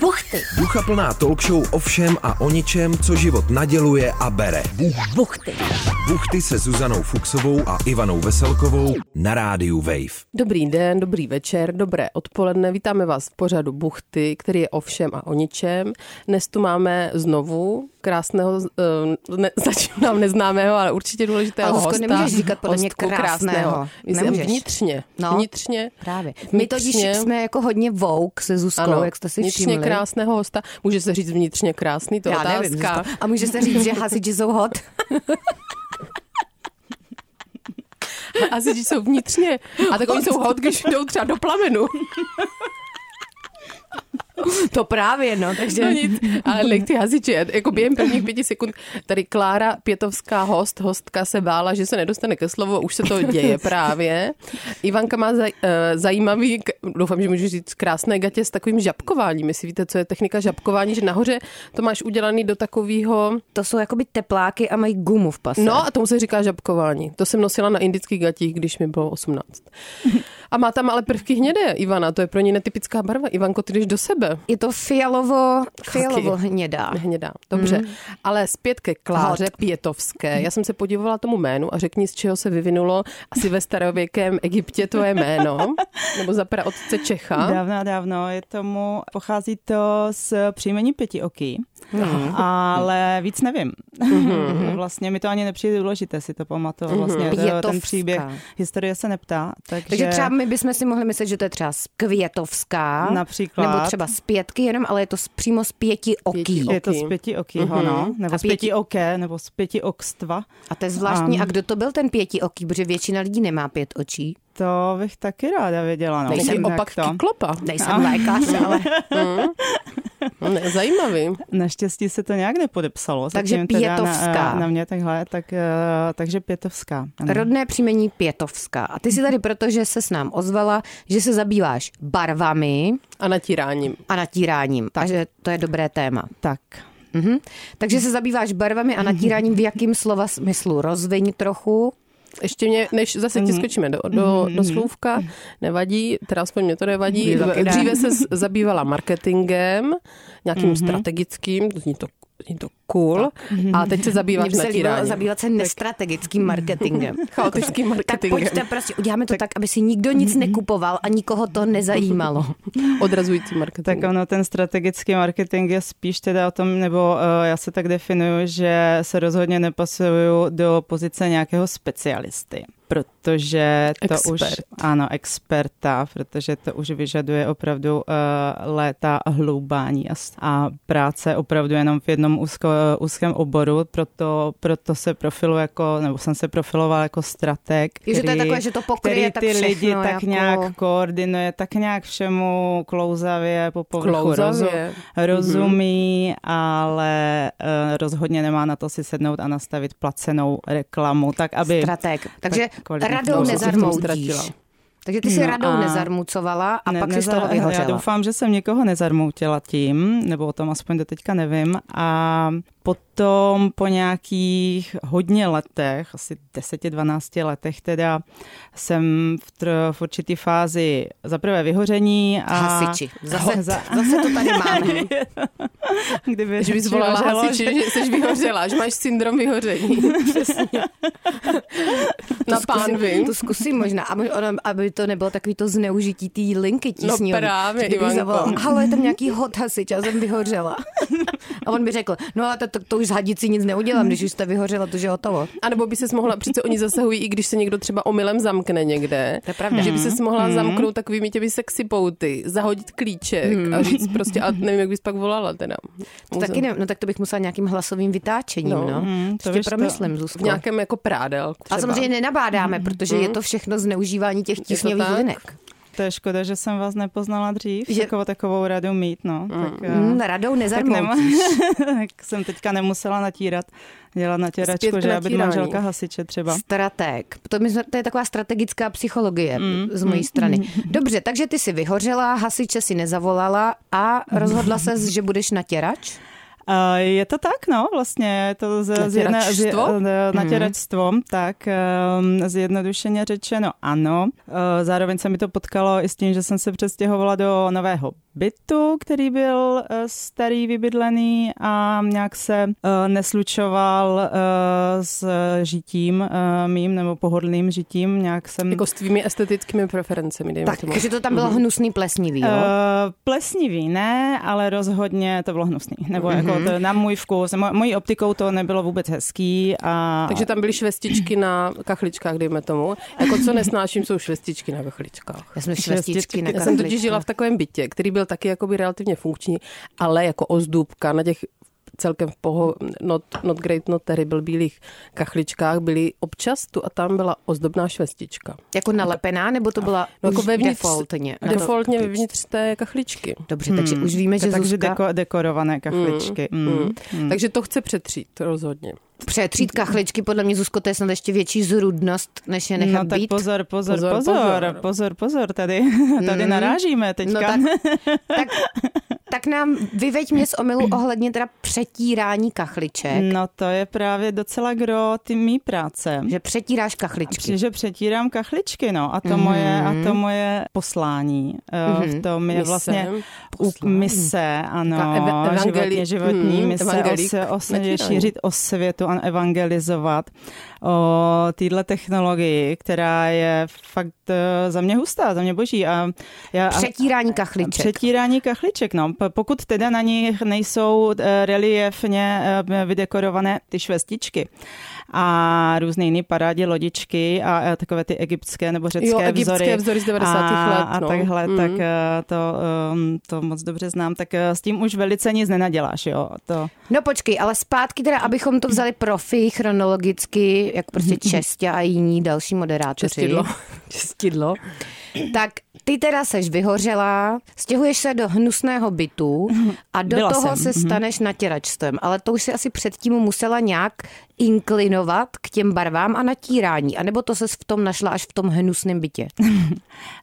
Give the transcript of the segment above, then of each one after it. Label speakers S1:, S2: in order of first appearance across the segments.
S1: Buchty.
S2: Ducha plná talk show o všem a o ničem, co život naděluje a bere.
S1: Buchty.
S2: Buchty se Zuzanou Fuxovou a Ivanou Veselkovou na rádiu Wave.
S3: Dobrý den, dobrý večer, dobré odpoledne. Vítáme vás v pořadu Buchty, který je o všem a o ničem. Dnes tu máme znovu krásného, eh, ne, začínám neznámého, ale určitě důležitého
S1: Ale Zuzko,
S3: hosta.
S1: nemůžeš říkat podle mě
S3: hostku
S1: krásného.
S3: Myslím,
S1: Nemůžeš.
S3: Vnitřně,
S1: No.
S3: no. vnitřně.
S1: Právě. My totiž
S3: Vnitřně.
S1: jsme jako hodně vouk se Zuzkou,
S3: Ano,
S1: jak jste si
S3: vnitřně
S1: všimli.
S3: krásného hosta. Může se říct vnitřně krásný, to je
S1: Já
S3: otázka.
S1: nevím, Zuzko. A může se říct, že hasiči jsou hot?
S3: Asi že jsou vnitřně. A tak oni jsou hot, když jdou třeba do plamenu.
S1: To právě, no, takže...
S3: No nic, ale nech ty hasiče, jako během prvních pěti sekund, tady Klára Pětovská host, hostka se bála, že se nedostane ke slovu, a už se to děje právě. Ivanka má zaj, eh, zajímavý, k- doufám, že můžu říct, krásné gatě s takovým žabkováním, jestli víte, co je technika žabkování, že nahoře to máš udělaný do takového,
S1: To jsou jakoby tepláky a mají gumu v pase.
S3: no a tomu se říká žabkování. To jsem nosila na indických gatích, když mi bylo 18. A má tam ale prvky hnědé, Ivana, to je pro ně netypická barva. Ivanko, ty jdeš do sebe.
S1: Je to fialovo, fialovo hnědá.
S3: Hnědá, dobře. Mm. Ale zpět ke Kláře Hot. Pětovské.
S1: Mm.
S3: Já jsem se podívala tomu jménu a řekni, z čeho se vyvinulo asi ve starověkém Egyptě tvoje jméno, nebo za otce Čecha.
S4: Dávno, dávno je tomu, pochází to z příjmení pětioký, hmm. ale víc nevím. Hmm. Vlastně mi to ani nepřijde důležité si to pamatovat. Vlastně to,
S1: Pětovská.
S4: ten příběh, historie se neptá. Takže,
S1: Takže třeba my bychom si mohli myslet, že to je třeba z Květovská.
S4: Například.
S1: Nebo třeba z pětky jenom, ale je to z, přímo z pěti oký.
S3: Pěti
S4: je to z pětiokýho, mm-hmm. no, nebo
S1: A
S4: z
S1: pěti-
S4: pětioké, nebo z pětiokstva.
S1: A to je zvláštní.
S4: Am.
S1: A kdo to byl ten pěti oký? Protože většina lidí nemá pět očí.
S4: To bych taky ráda věděla. No.
S3: Nejsi
S4: Jinak
S3: opak
S4: to.
S3: klopa.
S1: Nejsem lékař, ale...
S3: No, Ne, zajímavý.
S4: Naštěstí se to nějak nepodepsalo.
S1: Takže
S4: zatím teda
S1: Pětovská.
S4: Na, na mě takhle, tak, eh, takže pětovská. ano.
S1: Rodné příjmení Pětovská. A ty jsi tady proto, že se s nám ozvala, že se zabýváš barvami
S3: A natíráním.
S1: a natíráním. Takže to je dobré téma.
S4: Tak.
S1: Mhm. Takže se zabýváš barvami a natíráním, v jakým slova smyslu? Rozviň trochu.
S3: Ještě mě, než zase
S4: Mm.
S3: ti skočíme do, do, do slůvka, nevadí, teda aspoň mě to nevadí.
S4: Mě Mm. taky ne.
S3: Dříve se s- zabývala marketingem,
S4: Mhm.
S3: nějakým strategickým, to zní to, zní to cool. A teď se zabýváš
S1: Mně by se líbilo
S3: natíráním.
S1: zabývat se nestrategickým marketingem.
S3: Chaotickým marketingem.
S1: Tak pojďte prostě, uděláme to tak, aby si nikdo nic nekupoval a nikoho to nezajímalo.
S3: Odrazující marketing.
S4: Tak ono, ten strategický marketing je spíš teda o tom, nebo eh, já se tak definuju, že se rozhodně nepasuju do pozice nějakého specialisty, protože to už...
S3: Expert.
S4: Ano, experta, protože to už vyžaduje opravdu uh, léta a hloubání a, s- a práce opravdu jenom v jednom úzko, eh, úzkém oboru, proto, proto se profiluji jako, nebo jsem se profilovala jako strateg,
S1: Jo, že to je
S4: který-
S1: takové, že to pokryje
S4: který
S1: tak
S4: ty
S1: všechno,
S4: lidi tak
S1: jako-
S4: nějak koordinuje, tak nějak všemu klouzavě po povrchu rozu,
S3: Klouzavě.
S1: Mhm.
S4: rozumí, mm-hmm. ale eh, rozhodně nemá na to si sednout a nastavit placenou reklamu, tak aby...
S1: Strateg. Takže
S4: kvalitní
S1: radou
S4: tvorbu.
S1: nezarmoutíš.
S3: Ztratila.
S1: Takže ty si
S4: No
S1: radou
S4: a-
S1: nezarmucovala a pak si z toho
S4: nezar- Já
S1: vyhořela.
S4: doufám, že jsem někoho nezarmoutila tím, nebo o tom aspoň do teďka nevím. A potom po nějakých hodně letech, asi 10-12 letech teda, jsem v, tr- v určitý fázi zaprvé vyhoření a...
S1: Hasiči. Zase,
S4: Za-
S1: zase to tady máme.
S4: Kdyby
S3: Že bys volala
S4: vyhořelo,
S3: hasiče,
S4: že-
S3: že jsi vyhořela, že máš syndrom vyhoření. Na pánvi.
S1: To zkusím možná, aby, ono, aby to nebylo takový to zneužití té linky
S4: No
S1: tísňové.
S3: právě,
S1: Že kdybych
S3: Ivanko.
S1: zavolala, Halo, je tam nějaký hot hasič, já jsem vyhořela. A on by řekl, no ale to, to, to už s hadicí nic neudělám, když už jste vyhořela, to že je hotovo.
S3: A nebo by se mohla, přece oni zasahují, i když se někdo třeba omylem zamkne někde.
S1: To je pravda. Mhm.
S3: Že by se mohla zamknout takovými těmi sexy pouty, zahodit klíček a říct prostě, a nevím, jak bys pak volala teda.
S1: Mhm. To taky ne, no tak to bych musela nějakým hlasovým vytáčením, no.
S3: No.
S1: no.
S4: Mm,
S1: to
S4: to
S1: ještě
S4: víš, to-
S1: promyslím,
S3: V
S1: Zuzko.
S3: nějakém jako prádel. Třeba.
S1: A samozřejmě nenabádáme, protože je to všechno zneužívání těch tísňových
S3: tak?
S1: linek.
S4: To je škoda, že jsem vás nepoznala dřív,
S1: Že-
S4: že... takovou, takovou radu mít, no. Mm. Tak, eh,
S1: Mm, radou
S4: tak,
S1: nezarmoutíš.
S4: tak jsem teďka nemusela natírat, dělat
S3: Zpět
S4: natíračku,
S3: k
S4: že já být
S3: natírání.
S4: manželka hasiče třeba.
S1: Strateg. To, my jsme, to je taková strategická psychologie mm. z mojí strany. Dobře, takže ty si vyhořela, hasiče si nezavolala a rozhodla se, že budeš natěrač?
S4: A Je to tak, no, vlastně, je to z, z jedné, z, je-
S3: Natěračstvo?
S4: eh, natěračstvo, hmm. tak ehm, zjednodušeně řečeno ano. Eh, Zároveň se mi to potkalo i s tím, že jsem se přestěhovala do nového bytu, který byl eh, starý, vybydlený a nějak se eh, neslučoval eh, s žitím eh, mým nebo pohodlným žitím, nějak jsem...
S3: Jako s tvými estetickými preferencemi, dejme
S1: Tak,
S3: tomu.
S1: takže to tam bylo hnusný plesnivý, jo?
S4: Uh, plesnivý ne, ale rozhodně to bylo hnusný. Nebo mm-hmm. jako to, na můj vkus, mo- mojí optikou to nebylo vůbec hezký. A...
S3: Takže tam byly švestičky na kachličkách, dejme tomu. Jako co nesnáším, jsou švestičky na kachličkách.
S1: Já jsem švestičky na
S3: Já jsem totiž
S1: kachličkách.
S3: žila v takovém bytě, který byl taky jakoby relativně funkční, ale jako ozdůbka na těch celkem v poho, not, not great, not terrible bílých kachličkách byly občas tu a tam byla ozdobná švestička.
S1: Jako nalepená, nebo to byla
S3: No jako
S1: už
S3: vevnitř,
S1: defaultně? Na to-
S3: defaultně vevnitř té kachličky.
S1: Dobře, takže už víme, že
S4: takže jako-
S1: Zuzka
S4: deko- dekorované kachličky. Mm, mm.
S3: Hmm. Takže to chce přetřít rozhodně.
S1: přetřít kachličky, podle mě Zuzko, to je snad ještě větší zrudnost, než je nechat
S4: No tak
S1: být.
S4: pozor, pozor,
S3: Pozor,
S4: pozor, pozor,
S3: pozor.
S4: pozor, pozor tady, tady
S1: Mm.
S4: narážíme teďka.
S1: No tak, tak, tak nám vyveď mě z omylu ohledně teda přetírání kachliček.
S4: no to je právě docela gro ty mý práce.
S1: Že přetíráš kachličky.
S4: Že přetírám kachličky, no, a to, mm-hmm. moje, a to moje poslání mm-hmm. v tom je
S3: Mise.
S4: vlastně u,
S3: Poslání.
S4: mise, ano,
S3: Ta eva- evangeli-
S4: životně, životní
S3: mm,
S4: mm, mise,
S3: evangelik.
S4: ose, ose,
S3: Netírání.
S4: šířit osvětu a evangelizovat o téhle technologii, která je fakt eh, za mě hustá, za mě boží. A já, a-
S1: Přetírání kachliček.
S4: Přetírání kachliček, no. P- Pokud teda na nich nejsou eh, reliefně eh, vydekorované ty švestičky a různé jiné parádě lodičky a eh, takové ty egyptské nebo řecké
S3: Jo, egyptské vzory z 90.
S4: a,
S3: let,
S4: A
S3: no.
S4: takhle,
S3: Mm.
S4: mm. tak eh, to, ehm, to moc dobře znám, tak eh, s tím už velice nic nenaděláš, jo. To,
S1: No počkej, ale zpátky teda, abychom to vzali profi chronologicky, jak prostě Čestě a jiní další moderátoři.
S3: Čestidlo. Čestidlo.
S1: Tak ty teda seš vyhořela, stěhuješ se do hnusného bytu a do
S4: Mhm. Byla
S1: toho
S4: jsem, Mhm.
S1: se staneš natěračstvem. Ale to už si asi předtím musela nějak inklinovat k těm barvám a natírání. A nebo to ses v tom našla až v tom hnusném bytě.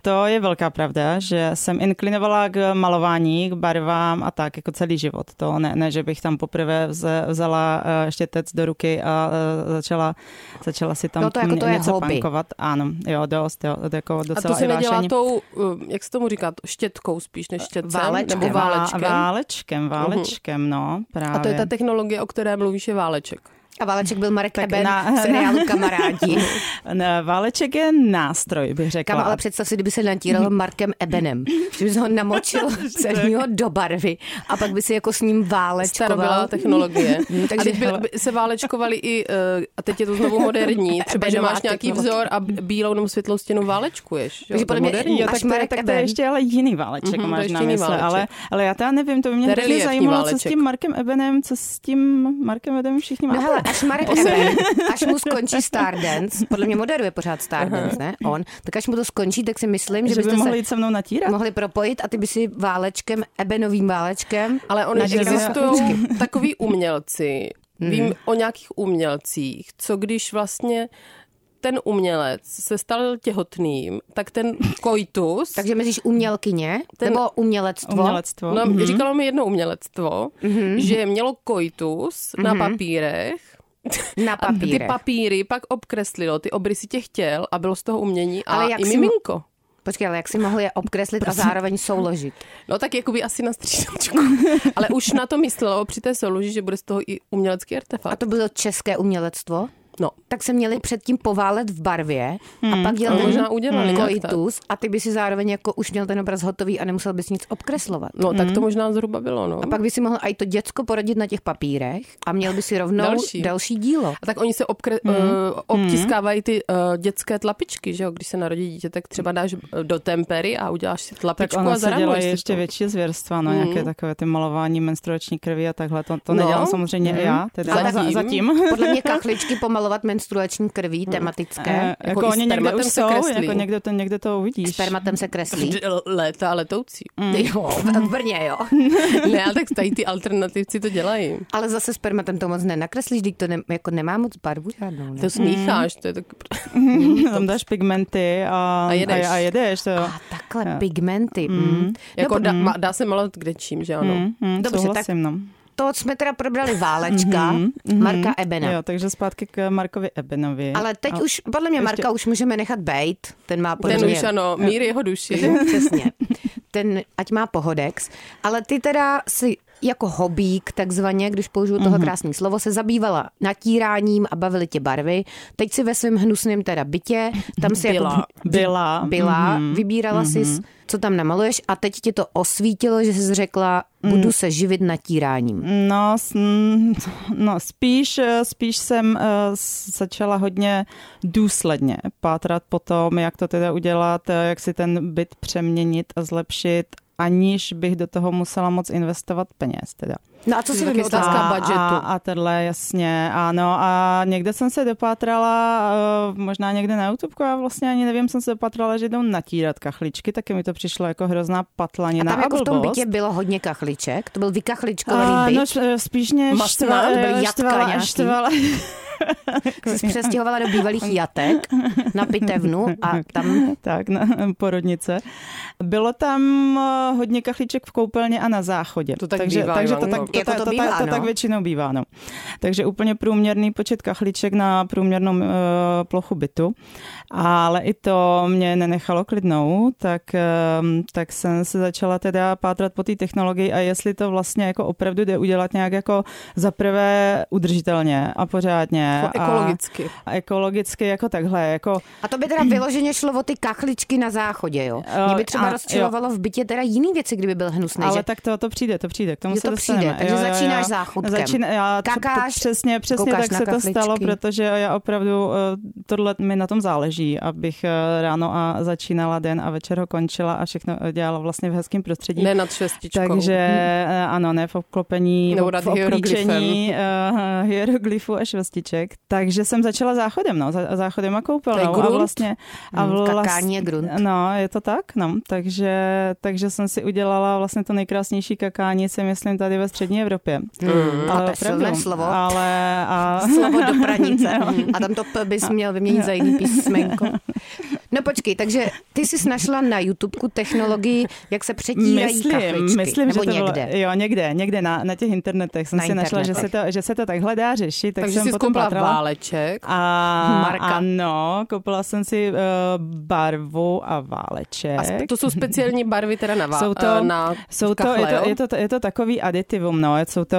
S4: To je velká pravda, že jsem inklinovala k malování, k barvám a tak, jako celý život. To ne, ne že bych tam poprvé vze- vzala eh, štětec do ruky a eh, začala, začala si tam
S1: No to jako
S4: ně-
S1: to je
S4: něco
S1: hobby.
S4: pankovat. Ano, jo, dost, jo, to jako
S3: A
S4: docela
S3: to se
S4: i
S3: nedělá
S4: vášeň.
S3: tou, eh, jak se tomu říká, štětkou spíš než štětcem?
S1: Válečkem.
S3: Nebo
S4: Vá-
S3: válečkem?
S4: Válečkem, válečkem, no,
S3: A
S4: právě.
S3: to je ta technologie, o které mluvíš, je váleček.
S1: A Váleček byl Marek
S4: Tak
S1: Eben na...
S4: na-
S1: v seriálu Kamarádi.
S4: Ne, Váleček je nástroj, bych řekla.
S1: Kam ale představ si, kdyby se
S4: Mhm.
S1: natíral Markem Ebenem, že bys ho namočil celého do barvy a pak by si jako s ním válečkoval.
S3: Starobylá technologie.
S1: takže-
S3: Takže a teď byl, by- se válečkovali i, eh, a teď je to znovu moderní, třeba, že
S1: Benová
S3: máš nějaký
S1: technologie.
S3: vzor a b- bílou nebo světlou stěnu válečkuješ. Jo?
S1: Takže
S3: To
S1: podle
S3: je
S1: mě-
S3: moderní.
S4: Jo,
S1: Až
S4: tak to,
S1: Marek
S4: je, tak to je
S1: Eben.
S4: ještě ale jiný váleček,
S3: Mhm,
S4: mm-hmm,
S3: to je
S4: máš
S3: ještě
S4: na
S3: jiný
S4: mysli,
S3: váleček.
S4: ale, ale já teda nevím, to by mě hrozně
S3: Reliefní
S4: zajímalo, váleček. co
S3: váleček.
S4: s tím Markem Ebenem, co s tím Markem Ebenem všichni
S1: No
S4: máme.
S1: hele, až Marek Eben, až mu skončí Stardance, podle mě moderuje pořád Stardance, ne?
S3: Mm-hmm.
S1: On. Tak až mu to skončí, tak si myslím, že,
S4: že by
S1: byste
S4: mohli
S1: mohli...
S4: jít se mnou
S1: se No,
S4: natírat.
S1: mohli propojit a ty by si válečkem, Ebenovým válečkem,
S3: Ale oni
S1: Nadělali
S3: existují takový umělci. Vím o nějakých umělcích, co když vlastně ten umělec se stal těhotným, tak ten koitus,
S1: takže myslíš umělkyně,
S3: Ten-
S1: nebo umělectvo?
S4: Umělectvo.
S3: no mm-hmm. říkalo mi jedno umělectvo, mm-hmm. že mělo koitus mm-hmm. na papírech,
S1: Na
S3: A ty
S1: papírech.
S3: papíry pak obkreslilo ty obrysy těch těl a bylo z toho umění a
S1: Ale
S3: Ale
S1: jak
S3: i
S1: si-
S3: miminko.
S1: Počkej, ale jak si mohli je obkreslit a zároveň souložit?
S3: No tak jakoby asi na střídačku. Ale už na to myslelo při té souloži, že bude z toho i umělecký
S1: A
S3: artefakt.
S1: to bylo české umělectvo?
S3: No,
S1: tak se měli předtím poválet v barvě a pak dělal ten
S3: to Hmm, možná udělali nějak
S1: koitus a ty by si zároveň jako už měl ten obraz hotový a nemusel bys nic obkreslovat.
S3: no tak to možná zhruba bylo, no.
S1: A pak by si mohl i to děcko porodit na těch papírech a měl by si rovnou další,
S3: Další.
S1: další dílo.
S3: A tak oni se obkre- mm. uh, obtiskávají ty uh, dětské tlapičky, že jo? Když se narodí dítě, tak třeba dáš eh, do tempery a uděláš si
S4: Tak
S3: tlapičku a
S4: ono se
S3: zaramuješ
S4: dělají
S3: si to.
S4: ještě
S3: Mhm.
S4: větší zvěrstva, no, nějaké takové ty malování menstruační krvi a takhle. To, to
S3: No.
S4: nedělám samozřejmě i já,
S1: Ale
S4: teda
S1: tak-
S4: za- zatím.
S1: Podle mě kachličky pomalovat menstruační krví tematické.
S4: Eh,
S3: Jako i
S4: Jako oni někde
S3: spermatem
S4: už
S3: se
S4: jsou,
S3: kreslí.
S4: jako někde to, někde to uvidíš.
S1: Spermatem se kreslí.
S3: Léta letoucí.
S1: Jo, v v Brně, jo.
S3: ne, ale tak tady ty alternativci to dělají.
S1: Ale zase spermatem to moc nenakreslíš, když to ne, jako nemá moc barvu žádnou. Ne?
S4: Mm-hmm.
S3: To smícháš, to je tak...
S4: Tam dáš pigmenty a,
S3: A jedeš.
S4: A, a jedeš to.
S1: A takhle, pigmenty. Mm.
S3: Jako dá, má- dá Jako se malovat kde čím, že ano.
S4: Mm, mm,
S1: Dobře,
S4: souhlasím, no.
S1: to jsme teda probrali Válečka, Marka Ebena.
S4: Jo, takže zpátky k Markovi Ebenovi.
S1: Ale teď
S4: A-
S1: už, podle mě Marka už můžeme nechat bejt, ten má podle
S3: Ten
S1: mě...
S3: už ano,
S4: Eh,
S3: mír jeho duši.
S1: Přesně. Ten, ať má pohodex. Ale ty teda si jako hobík, takzvaně, když použiju toho
S3: Mhm.
S1: krásné slovo, se zabývala natíráním a bavily tě barvy. Teď si ve svém hnusném teda bytě, tam si jako
S3: Byla. Mhm.
S4: Byla.
S1: byla, vybírala mm-hmm. si, co tam namaluješ a teď ti to osvítilo, že jsi řekla,
S3: Mhm.
S1: budu se živit natíráním.
S4: No, s- mm, no spíš, eh, spíš jsem eh, s- začala hodně důsledně pátrat po tom, jak to teda udělat, eh, jak si ten byt přeměnit a zlepšit, aniž bych do toho musela moc investovat peněz teda.
S1: No a co
S3: To
S1: si
S3: je taky
S1: vymyslela?
S3: otázka
S4: a,
S3: budgetu.
S4: A, a tenhle, jasně, ano. A někde jsem se dopátrala, eh, možná někde na YouTube, já vlastně ani nevím, jsem se dopátrala, že jdou natírat kachličky, taky mi to přišlo jako hrozná
S1: A
S4: patlanina
S1: tam jako v tom
S4: blbost.
S1: bytě bylo hodně kachliček, to byl
S4: A,
S1: vykachličkovaný byt.
S4: no, š- spíš mě
S3: Masná,
S4: štvala,
S1: to byly jatka
S4: štvala,
S1: nějaký.
S4: štvala,
S1: Jsi se přestěhovala do bývalých jatek na pitevnu a tam
S4: tak, na porodnice. Bylo tam eh, hodně kachlíček v koupelně a na záchodě.
S3: To tak
S4: takže,
S3: bývá,
S4: takže to,
S3: Ivanko.
S4: tak, to,
S1: Jako
S4: tak-
S1: to
S4: to,
S1: bývá,
S4: tak, to
S1: no.
S4: tak většinou bývá. No. Takže úplně průměrný počet kachlíček na průměrnou uh, plochu bytu. Ale i to mě nenechalo klidnou, tak, um, tak jsem se začala teda pátrat po té technologii a jestli to vlastně jako opravdu jde udělat nějak jako zaprvé udržitelně a pořádně.
S3: Jako ekologicky.
S4: A, a ekologicky jako takhle, jako
S1: A to by teda vyloženě šlo o ty kachličky na záchodě, jo.
S4: Eh,
S1: Mě by třeba
S4: a-
S1: rozčilovalo v bytě teda jiný věci, kdyby byl hnusný.
S4: Ale
S1: že?
S4: tak to, to přijde, to přijde, k tomu
S1: Jo,
S4: se
S1: to přijde,
S4: dostaneme.
S1: takže začínáš záchodkem.
S4: já, to-
S1: Kakáš,
S4: to, přesně, přesně
S1: koukáš
S4: tak
S1: na
S4: se to
S1: kachličky.
S4: stalo, protože já opravdu, eh, tohle mi na tom záleží, abych eh, ráno a začínala den a večer ho končila a všechno eh, dělala vlastně v hezkém prostředí.
S3: Ne nad šestičkou.
S4: Takže eh, ano, ne v obklopení,
S3: Nebo
S4: v-
S3: nad
S4: v obklíčení eh, hieroglyfů a švestiček. Takže jsem začala záchodem, no, za- záchodem
S3: To je
S4: a koupelnou. A
S3: grunt.
S4: vlastně, a
S1: Hmm,
S4: vlastně,
S1: kakání je grunt.
S4: No, je to tak, no. Takže, takže jsem si udělala vlastně to nejkrásnější kakání, si myslím, tady ve střední Evropě.
S3: Hmm.
S1: Mm, a to je
S4: opravdu,
S1: silné slovo.
S4: Ale, a...
S1: Slovo do pranice. A tam to P bys měl vyměnit za jiný písmenko. No počkej, takže ty jsi našla na YouTubeku technologii, jak se přetírají kachličky.
S4: Myslím, myslím
S1: nebo
S4: že to
S1: někde.
S4: Bylo, jo, někde, někde na, na těch internetech jsem
S1: Na
S4: si našla, že se,
S1: internetech.
S4: to, že se to takhle dá řešit. Tak
S3: Takže
S4: jsem
S3: jsi
S4: potom
S3: skoupila
S4: pátrala.
S3: váleček.
S4: A,
S1: Marka.
S4: Ano, koupila jsem si uh, barvu a váleček.
S3: A sp- to jsou speciální barvy teda na, vá- eh,
S4: Jsou to-
S3: na
S4: Jsou to,
S3: kachle,
S4: je, to,
S3: jo?
S4: je, to, je to takový aditivum, no. Jsou to,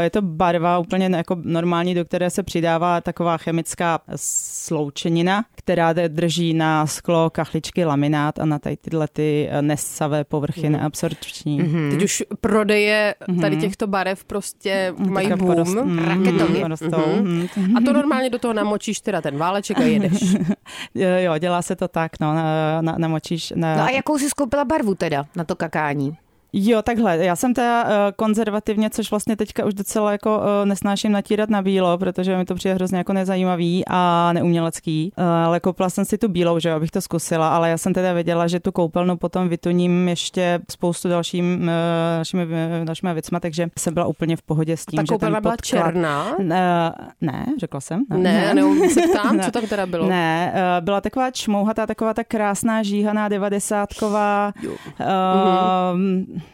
S4: eh, je to barva úplně jako normální, do které se přidává taková chemická sloučenina, která de- drží na sklo, kachličky, laminát a na tady tyhle ty eh, nessavé povrchy neabsorpční.
S3: Mm-hmm. Teď už
S4: Mhm.
S3: prodeje tady těchto barev prostě mají
S4: Teďka
S3: boom. Mhm.
S4: porost- mm,
S1: Raketově.
S4: Porostou. Mm.
S3: A to normálně do toho namočíš teda ten váleček a jedeš.
S4: Eh, Jo, dělá se to tak, no, na, na, namočíš. Na,
S1: No a jakou jsi skoupila barvu teda na to kakání?
S4: Jo, takhle. Já jsem teda uh, konzervativně, což vlastně teďka už docela jako uh, nesnáším natírat na bílo, protože mi to přijde hrozně jako nezajímavý a neumělecký. Uh, ale koupila jsem si tu bílou, že jo, abych to zkusila, ale já jsem teda věděla, že tu koupelnu potom vytuním ještě spoustu dalším, uh, dalšími, uh, dalšími věcma, takže jsem byla úplně v pohodě s tím,
S3: Ta
S4: že ten
S3: koupelna byla
S4: podklad...
S3: černá.
S4: Ne, ne, řekla jsem.
S3: Ne, neumím se ptám, co tam teda bylo.
S4: Ne, eh, byla taková čmouhatá, taková ta krásná žíhaná devadesátková. Uh,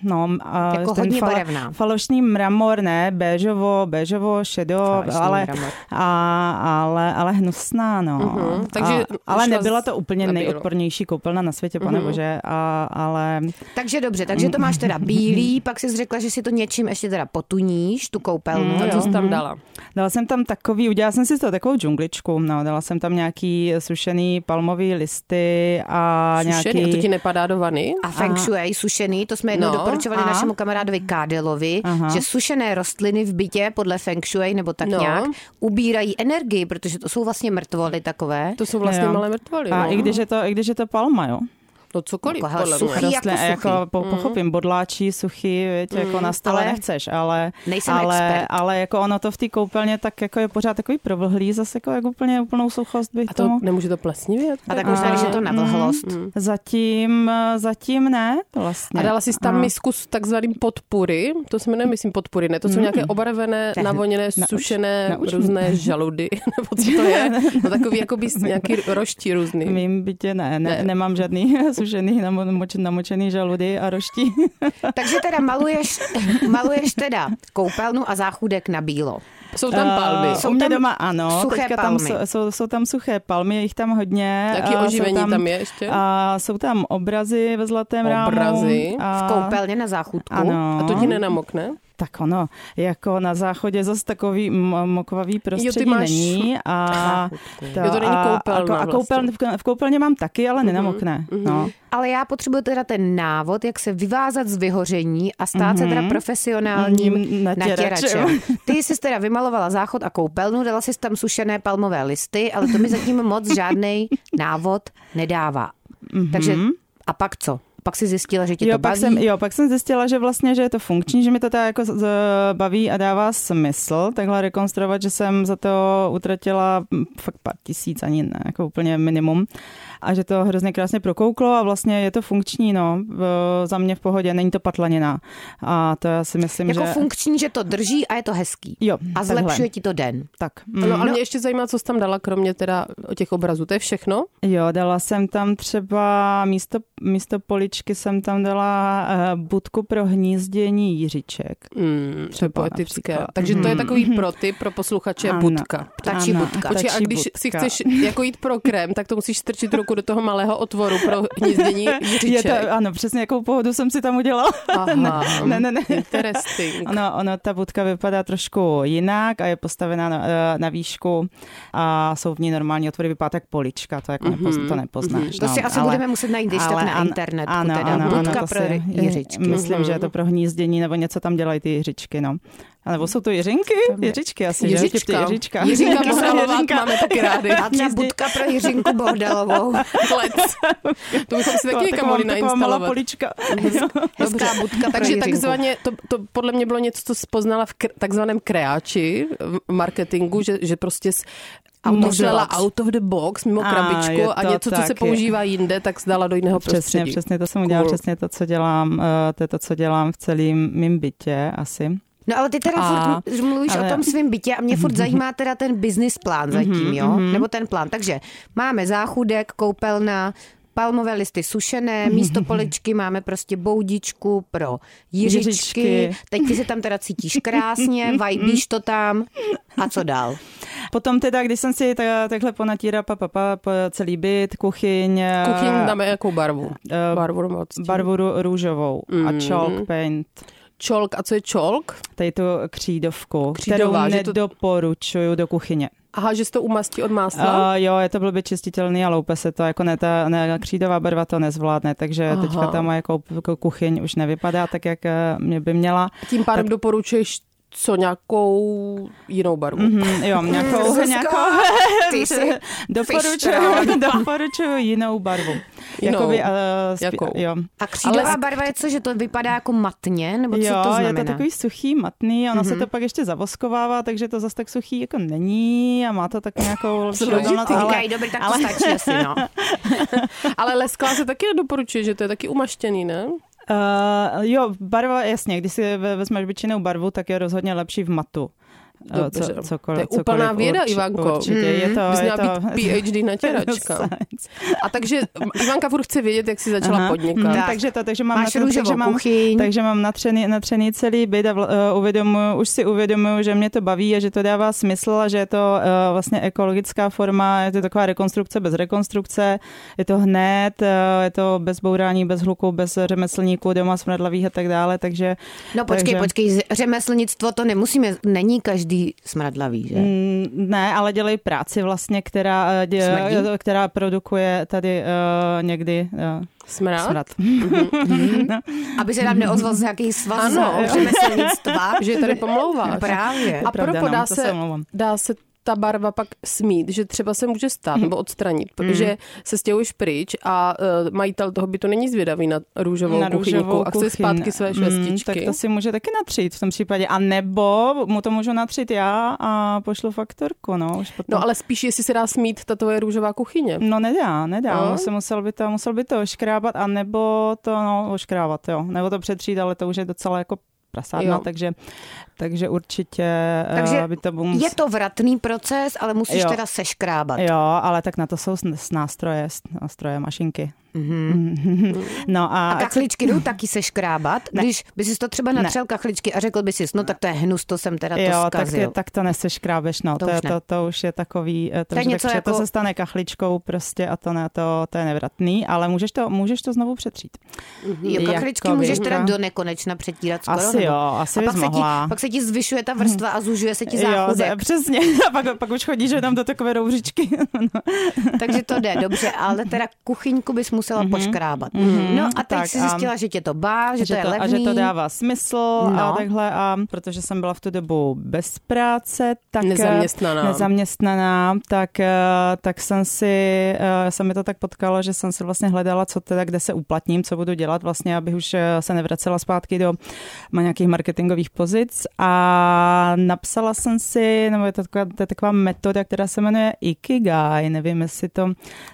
S4: no, a
S1: Jako
S4: ten
S1: hodně barevná.
S4: Falošný mramor, ne, béžovo, béžovo, šedo,
S1: Falešný
S4: ale,
S1: mramor.
S4: a, ale, ale hnusná, no.
S3: Mhm, takže
S4: a, ale
S3: šla
S4: nebyla
S3: z-
S4: to úplně
S3: na bílo.
S4: nejodpornější koupelna na světě, pane bože, a, ale
S1: Takže dobře, takže to máš teda bílý, pak jsi řekla, že si to něčím ještě teda potuníš, tu
S4: Mm,
S1: koupelnu,
S3: A
S1: jo?
S3: co jsi tam dala?
S4: Dala jsem tam takový, udělala jsem si to takovou džungličku, no, dala jsem tam nějaký sušený palmový listy a
S3: Sušený? A
S4: nějaký...
S3: to ti nepadá do vany?
S1: A feng shui, sušený, to jsme jednou
S3: No,
S1: doporučovali
S4: a?
S1: našemu kamarádovi Kádelovi,
S4: Aha.
S1: že sušené rostliny v bytě podle feng shui nebo tak
S3: No.
S1: nějak ubírají energii, protože to jsou vlastně mrtvoly takové.
S3: To jsou vlastně
S4: Jo.
S3: malé mrtvoly.
S4: A
S3: no.
S4: i když je to, i když je to palma, jo.
S3: No cokoliv,
S1: Jako, hele,
S3: podle
S1: suchý.
S3: mě.
S1: jako suchý.
S4: jako po, pochopím, bodláčí, suchý, viď, jako na stole
S1: ale-
S4: ale nechceš, ale,
S1: Nejsem expert.
S4: ale, ale jako ono to v té koupelně tak jako je pořád takový provlhlý, zase jako jak úplně úplnou suchost bych
S3: A
S4: tomu.
S3: to nemůže to plesnivět?
S1: A tak možná, když je to na
S4: Mm-hmm.
S1: vlhlost.
S4: Zatím, zatím ne, vlastně.
S3: A dala jsi tam misku s takzvaným podpury, to se jmenuje, myslím, podpury, ne? To jsou nějaké obarvené,
S1: Tak,
S3: navoněné,
S4: nauč-
S3: sušené,
S4: nauč mě.
S3: různé žaludy, nebo co to je? No takový, jakoby s- nějaký roští různý.
S4: V mým bytě ne, ne,
S3: Ne.
S4: nemám žádný sušený, namo- moč- namočený žaludy a roští.
S1: Takže teda maluješ, maluješ teda koupelnu a záchůdek na bílo.
S3: Jsou tam palmy.
S4: Eh, Jsou
S1: Jsou
S4: u mě
S1: tam
S4: doma ano,
S1: suché
S4: teďka
S1: palmy.
S4: tam jsou, jsou, jsou tam suché palmy, je jich tam hodně.
S3: Jaký
S4: a eh, jsou eh,
S3: oživení tam je ještě?
S4: A jsou tam obrazy ve zlatém
S3: Obrazy.
S4: rámu. A,
S1: V koupelně na záchůdku.
S4: Ano.
S3: A to ti nenamokne?
S4: Tak ono, jako na záchodě zase takový m- mokvavý prostředí
S3: máš-
S4: není. A
S3: Jo, to není
S4: a-
S3: koupelna
S4: A, a koupel, v koupelně mám taky, ale nenamokne. No.
S1: Ale já potřebuji teda ten návod, jak se vyvázat z vyhoření a stát mm-hmm. se teda profesionálním
S4: Mhm,
S1: mm,
S4: natěračem.
S1: natěračem. Ty jsi teda vymalovala záchod a koupelnu, dala jsi tam sušené palmové listy, ale to mi zatím moc žádný návod nedává. Mm-hmm. Takže a pak co? Pak si zjistila, že tě
S4: Mhm. Jo
S1: to
S4: pak,
S1: baví?
S4: jsem, jo, pak jsem zjistila, že vlastně, že je to funkční, že mi to tak jako z- z- baví a dává smysl takhle rekonstruovat, že jsem za to utratila mm, fakt pár tisíc, ani ne, jako úplně minimum. A že to hrozně krásně prokouklo a vlastně je to funkční, no, v- za mě v pohodě, není to patlanina. A to já si myslím,
S1: Jako
S4: že...
S1: funkční, že to drží a je to hezký.
S4: Jo,
S1: a
S4: takhle.
S1: zlepšuje ti to den.
S4: tak. mm,
S3: No, ale
S1: No.
S3: mě ještě zajímá, co jsi tam dala, kromě teda těch obrazů. To je všechno?
S4: Jo, dala jsem tam třeba místo, místo poličky jsem tam dala eh, budku pro hnízdění jiříček.
S3: Mm, to je
S4: Třeba
S3: poetické.
S4: například.
S3: Takže to je
S4: Mhm.
S3: takový pro ty, pro posluchače,
S4: Ano.
S3: budka.
S1: Ptačí
S4: Ano,
S1: budka.
S3: Počkej, a
S4: ptačí
S3: když si
S4: budka.
S3: chceš jako jít pro krém, tak to musíš strčit ruku do toho malého otvoru pro hnízdění
S4: Je
S3: jiříček.
S4: to, ano, přesně jakou pohodu jsem si tam udělala. No,
S1: No,
S3: Aha,
S4: Ne, ne, ne.
S3: Interesting.
S4: Ano, ono, ta budka vypadá trošku jinak a je postavená na, eh, na výšku a jsou v ní normální otvory, vypadá tak polička, to jako nepozna, to nepoznáš.
S1: To si
S4: no,
S1: asi budeme muset najít, když tak na
S4: an-
S1: internetku teda. Budka
S4: to
S1: pro
S4: si-
S1: jiřičky.
S4: Myslím, že je
S3: Mhm.
S4: to pro hnízdění, nebo něco tam dělají ty jiřičky, no. A nebo jsou to jiřinky? Jiřičky asi, že? Vtipný
S3: Jiříčka.
S4: Jiřička.
S3: Jiřinka Bohdalová, tu máme taky rády.
S1: A třeba budka pro Jiřinku Bohdalovou.
S3: Klec. To bychom si taky někam
S4: Taková,
S3: mohli
S4: taková malá
S3: nainstalovat.
S4: polička.
S1: Hezká budka pro
S3: Takže
S1: Jiřinku.
S3: takzvaně, to, to podle mě bylo něco, co spoznala v kr- takzvaném kreáči v marketingu, že, že prostě s-
S1: Out of the
S3: myslela
S1: box.
S3: out of the box mimo
S4: A,
S3: krabičku
S4: je
S3: a,
S4: to
S3: něco, co se
S4: taky.
S3: používá jinde, tak zdala do jiného
S4: Přesně,
S3: prostředí.
S4: přesně to jsem udělala,
S3: Cool.
S4: přesně to, co dělám, eh, to je to, co dělám v celém mým bytě asi.
S1: No ale ty teda
S4: A-
S1: a, furt mluvíš
S4: ale-
S1: ale... o tom svém bytě a mě furt zajímá teda ten business plán zatím, jo? Nebo ten plán. Takže máme záchudek, koupelna, palmové listy sušené, místo poličky máme prostě boudičku pro jiřičky.
S4: Jiřičky.
S1: jiřičky. Teď ty se tam teda cítíš krásně, vajbíš to tam. A co dál?
S4: Potom teda, když jsem si ta, takhle ponatírala pa, pa, pa, pa, celý byt, kuchyň, eh,
S3: Kuchyň dáme jakou barvu?
S4: eh,
S3: barvu nebo odstín?
S4: barvu rů- růžovou a
S3: Mhm.
S4: chalk paint,
S3: Čolk. A co je čolk?
S4: tady tu křídovku,
S3: Křídová, že
S4: kterou
S3: to-
S4: nedoporučuju do kuchyně.
S3: Aha, že se to umastí od másla?
S4: Uh, jo, je to blbě čistitelný a loupe se to, jako ne, ta ne, křídová barva to nezvládne, takže
S3: Aha.
S4: Aha. teďka ta moje kou- kuchyň už nevypadá tak, jak eh, mě by měla.
S3: Tím pádem doporučuješ co nějakou jinou barvu. Mm-hmm.
S4: Mm, jo, nějakou,
S1: Zuzko,
S4: nějakou
S1: Ty jsi fištrál.
S4: doporučuju, doporučuju jinou barvu.
S3: Jinou.
S4: Jakoby, uh, spí-
S3: Jakou?
S4: Jo.
S1: A křídová
S3: Ale-
S1: Ale... barva je co, že to vypadá jako matně?
S3: No,
S1: Nebo co
S4: jo,
S1: to znamená?
S4: je to takový suchý, matný, ono mm-hmm.
S3: Mhm.
S4: se to pak ještě zavoskovává, takže to zase tak suchý jako není a má to tak nějakou lepší
S1: Složitý.
S4: odolnost, ale
S1: Okej, dobrý, tak to stačí asi, no.
S3: Ale lesklá se taky doporučuje, že to je taky umaštěný, ne?
S4: Uh, jo, barva, jasně, když si ve- vezmeš většinou barvu, tak je rozhodně lepší v matu. Eh,
S3: Dobře.
S4: cokoliv,
S3: To je úplná
S4: cokoliv,
S3: věda,
S4: urči-
S3: Ivanko. Hmm.
S4: Určitě, je to,
S3: Bys
S4: je
S3: měla
S4: to,
S3: být PhD natěračka.
S4: Science.
S3: A takže Ivanka furt chce vědět, jak jsi začala
S4: Aha.
S3: podnikat.
S4: Mm,
S1: Tak.
S4: takže, to, takže mám,
S1: Máš
S4: natřený-
S1: růžovou
S4: takže mám,
S1: kuchyň.
S4: takže mám natřený, natřený celý byt a vl, uh, uvědomuju, už si uvědomuju, že mě to baví a že to dává smysl a že je to uh, vlastně ekologická forma, je to taková rekonstrukce bez rekonstrukce, je to hned, uh, je to bez bourání, bez hluku, bez řemeslníků, doma smradlavých a tak dále, takže...
S1: No počkej,
S4: takže...
S1: takže... počkej, z- řemeslnictvo to nemusíme, není každý smradlavý, že? Mm.
S4: Mm, Ne, ale dělají práci vlastně, která, eh, dě,
S1: Smrdí?
S4: která produkuje tady uh, někdy uh,
S3: Smrad?
S4: smrad.
S1: Aby se nám neozval z nějaký svaz
S3: Ano.
S1: ano. řemeslnictva. No,
S3: Že je tady
S4: No,
S3: pomlouváš.
S1: Právě.
S3: A
S4: pravda,
S3: propo,
S4: no,
S3: dá,
S4: to
S3: se,
S4: se omlouvám.
S3: dá se ta barva pak smít, že třeba se může
S4: Hmm.
S3: stát nebo odstranit, že se stěhuješ pryč a uh, majitel toho by to není zvědavý na růžovou
S4: na růžovou
S3: kuchyňku a chce
S4: kuchyň. Hmm, Mm,
S3: zpátky své švestičky.
S4: tak to si může taky natřít v tom případě. A nebo mu to můžu natřít já a pošlu faktorku, no. Už potom.
S3: No ale spíš, jestli se dá smít ta tvoje růžová kuchyně.
S4: No nedá, nedá,
S3: No.
S4: musel, musel, by to, musel by to oškrábat, a nebo to no, oškrábat, jo, nebo to přetřít, ale to už je docela jako prasárna,
S3: Jo.
S4: takže, takže určitě
S1: Takže
S4: eh, by to bylo
S1: Je to vratný proces, ale musíš
S4: Jo.
S1: jo. teda seškrábat. Jo.
S4: Jo, ale tak na to jsou s, s nástroje, s nástroje mašinky. No a,
S1: Mhm. A kachličky jdou taky seškrábat, když by si to třeba natřel kachličky a řekl by si, no tak to je hnus, to jsem teda to
S4: jo, tak,
S1: zkazil.
S4: tak to neseškrábeš, no,
S1: To
S4: to, to,
S1: už ne.
S4: to, to už je takový, eh, to, to, je
S1: něco
S4: něco jako... to
S1: jako-
S4: se stane kachličkou prostě a to, ne, to, to je nevratný, ale můžeš to, můžeš to znovu přetřít.
S1: Jo, kachličky
S4: Jakoby.
S1: můžeš teda do nekonečna přetírat skoro.
S4: jako Asi
S1: nebo-
S4: jo, asi
S1: a
S4: bys
S1: pak se, ti,
S4: mohla.
S1: pak se ti zvyšuje ta vrstva a zužuje se ti
S4: Jo,
S1: záchudek.
S4: to je přesně, a pak, pak už chodíš jenom do takové rouřičky.
S1: Takže to jde dobře, ale teda kuchyňku bys musela mm-hmm. poškrábat. Mm-hmm. No a teď
S4: Mhm. tak
S1: jsi
S4: a-
S1: zjistila, že tě to bá, že, že to je
S4: a
S1: levný.
S4: že to dává smysl no. a
S1: No.
S4: takhle a protože jsem byla v tu dobu bez práce, tak eh,
S3: Nezaměstnaná.
S4: nezaměstnaná tak, eh, tak jsem si, eh, se mi to tak potkalo, že jsem si vlastně hledala, co teda, kde se uplatním, co budu dělat vlastně, abych už eh, se nevracela zpátky do ma- nějakých marketingových pozic a napsala jsem si, nebo je to taková, to je taková metoda, která se jmenuje Ikigai, nevím, jestli to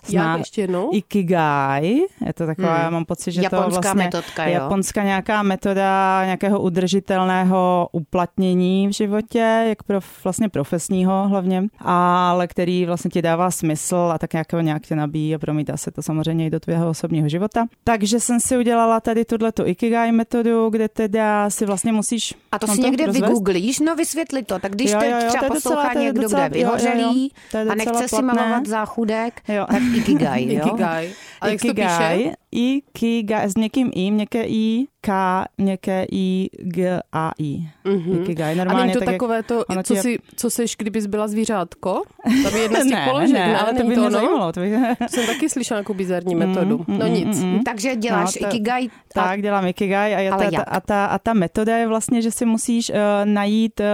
S3: Já
S4: zná.
S3: ještě jednou.
S4: Ikigai, je to taková,
S1: Hmm.
S4: já mám pocit, že
S1: Japonská
S4: to vlastně
S1: metodka, jo.
S4: japonská nějaká metoda nějakého udržitelného uplatnění v životě, jak pro vlastně profesního hlavně, ale který vlastně ti dává smysl a tak nějak, nějak tě nabíjí a promítá se to samozřejmě i do tvého osobního života. Takže jsem si udělala tady tuhle tu Ikigai metodu, kde teda si vlastně musíš
S1: A to
S4: no
S1: si někde
S4: rozvést.
S1: vygooglíš, no vysvětli to. Tak když
S4: Jo,
S1: teď
S4: jo, jo,
S1: třeba
S4: to je docela-
S1: poslouchá
S4: to je
S1: někdo,
S4: docela-
S1: kdo je
S4: jo, jo, jo,
S1: vyhořelý
S4: to je
S1: a nechce si
S4: docela platné.
S1: malovat záchudek,
S4: Jo.
S1: tak ikigai, jo?
S3: Ikigai. A jak se to píše?
S4: Ikigai, Ikigai, s někým I, měkké I, K, měkké I, G, A, I.
S3: Mhm.
S4: Ikigai,
S3: A
S4: normálně
S3: není to
S4: tak, jak-
S3: takové to,
S4: ono
S3: co,
S4: ti-
S3: si, co seš, kdybys byla zvířátko? Tam je jedna z těch položek, ne,
S4: ale to
S3: Není
S4: by mě
S3: ono?
S4: zajímalo. To by...
S3: Jsem taky slyšela nějakou bizarní metodu.
S4: mm,
S3: No
S4: mm,
S3: nic.
S4: mm.
S1: Takže děláš
S4: No, to-
S1: ikigai a
S4: Tak, dělám Ikigai a, je
S1: Ale
S4: ta, ta,
S1: jak?
S4: a, ta, a ta metoda je vlastně, že si musíš uh, najít uh,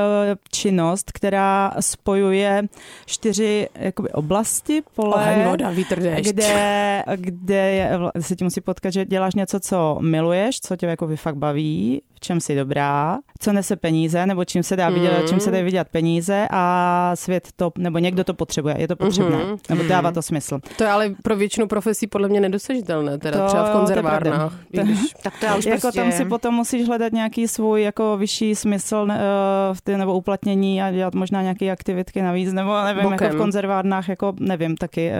S4: činnost, která spojuje čtyři jakoby, oblasti, pole,
S3: Oheň, voda, vítr, déšť.
S4: kde, kde je, vla- se ti musí potkat, že děláš něco, co miluješ, co tě jako fakt baví, v čem jsi dobrá, co nese peníze, nebo čím se dá vydělat,
S1: Hmm.
S4: čím se dá vydělat peníze a svět to, nebo někdo to potřebuje, je
S1: Mhm.
S4: to potřebné, nebo dává to smysl.
S3: To je ale pro většinu profesí podle mě nedosažitelné, teda
S4: To-
S3: třeba
S4: to
S3: v
S4: je
S3: konzervárnách.
S4: pravda.
S3: i když-
S1: tak to já už
S4: jako
S1: prostě...
S4: tam si potom musíš hledat nějaký svůj jako vyšší smysl ne- eh, v ty, nebo uplatnění a dělat možná nějaké aktivitky navíc, nebo nevím, jako
S3: Bokem.
S4: v konzervárnách, jako nevím, taky eh,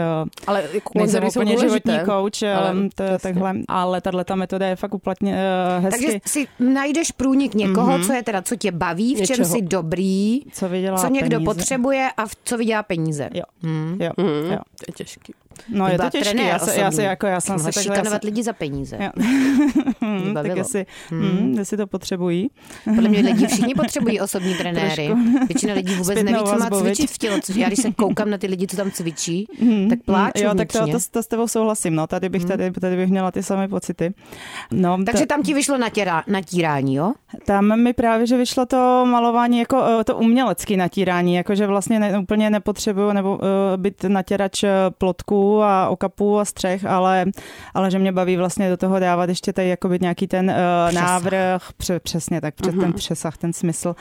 S3: Ale jako
S4: nejsem
S3: konzervy jsou
S4: úplně životní
S3: důležité.
S4: coach, ale,
S3: Ale
S4: to,
S3: přesně.
S4: takhle, ale tahle ta metoda je fakt uplatně eh, hezky. Mhm.
S1: Takže si najdeš průnik někoho, mm-hmm. co je teda, co tě baví, v čem
S3: Něčeho.
S1: jsi dobrý,
S4: co vydělá
S1: co někdo
S4: peníze.
S1: potřebuje a v co vydělá peníze. Mm.
S4: Jo, jo, jo.
S3: Mhm, To je těžký.
S4: No je
S1: Byla
S4: to těžké,
S1: trenér
S4: já, se, já, se,
S1: osobní.
S4: jako, já jsem
S1: Mohla
S4: se takhle...
S1: šikanovat lidi za peníze.
S4: Jo.
S1: Mě
S4: Hm, tak
S1: bavilo.
S4: jestli, hm, jestli to potřebují.
S1: Podle mě lidi všichni potřebují osobní trenéry. Většina lidí vůbec
S4: Zpětnou
S1: neví, co má
S4: vazbu, viď? Hmm,
S1: cvičit v tělo. Což já když se koukám na ty lidi, co tam cvičí, tak pláču
S4: jo, tak to,
S1: vnitřně.
S4: to, to, s tebou souhlasím, no, tady bych, tady, tady bych měla ty samé pocity. No, ta-
S1: Takže tam ti vyšlo natěra, natírání, jo?
S4: Tam mi právě, že vyšlo to malování jako eh, to umělecké natírání, jakože vlastně ne, úplně nepotřebuju nebo eh, být natěrač eh, plotků a okapů a střech, ale, ale že mě baví vlastně do toho dávat ještě tady jakoby nějaký ten eh,
S1: Přesah. Mhm.
S4: návrh, pře, přesně tak, před ten přesah, ten smysl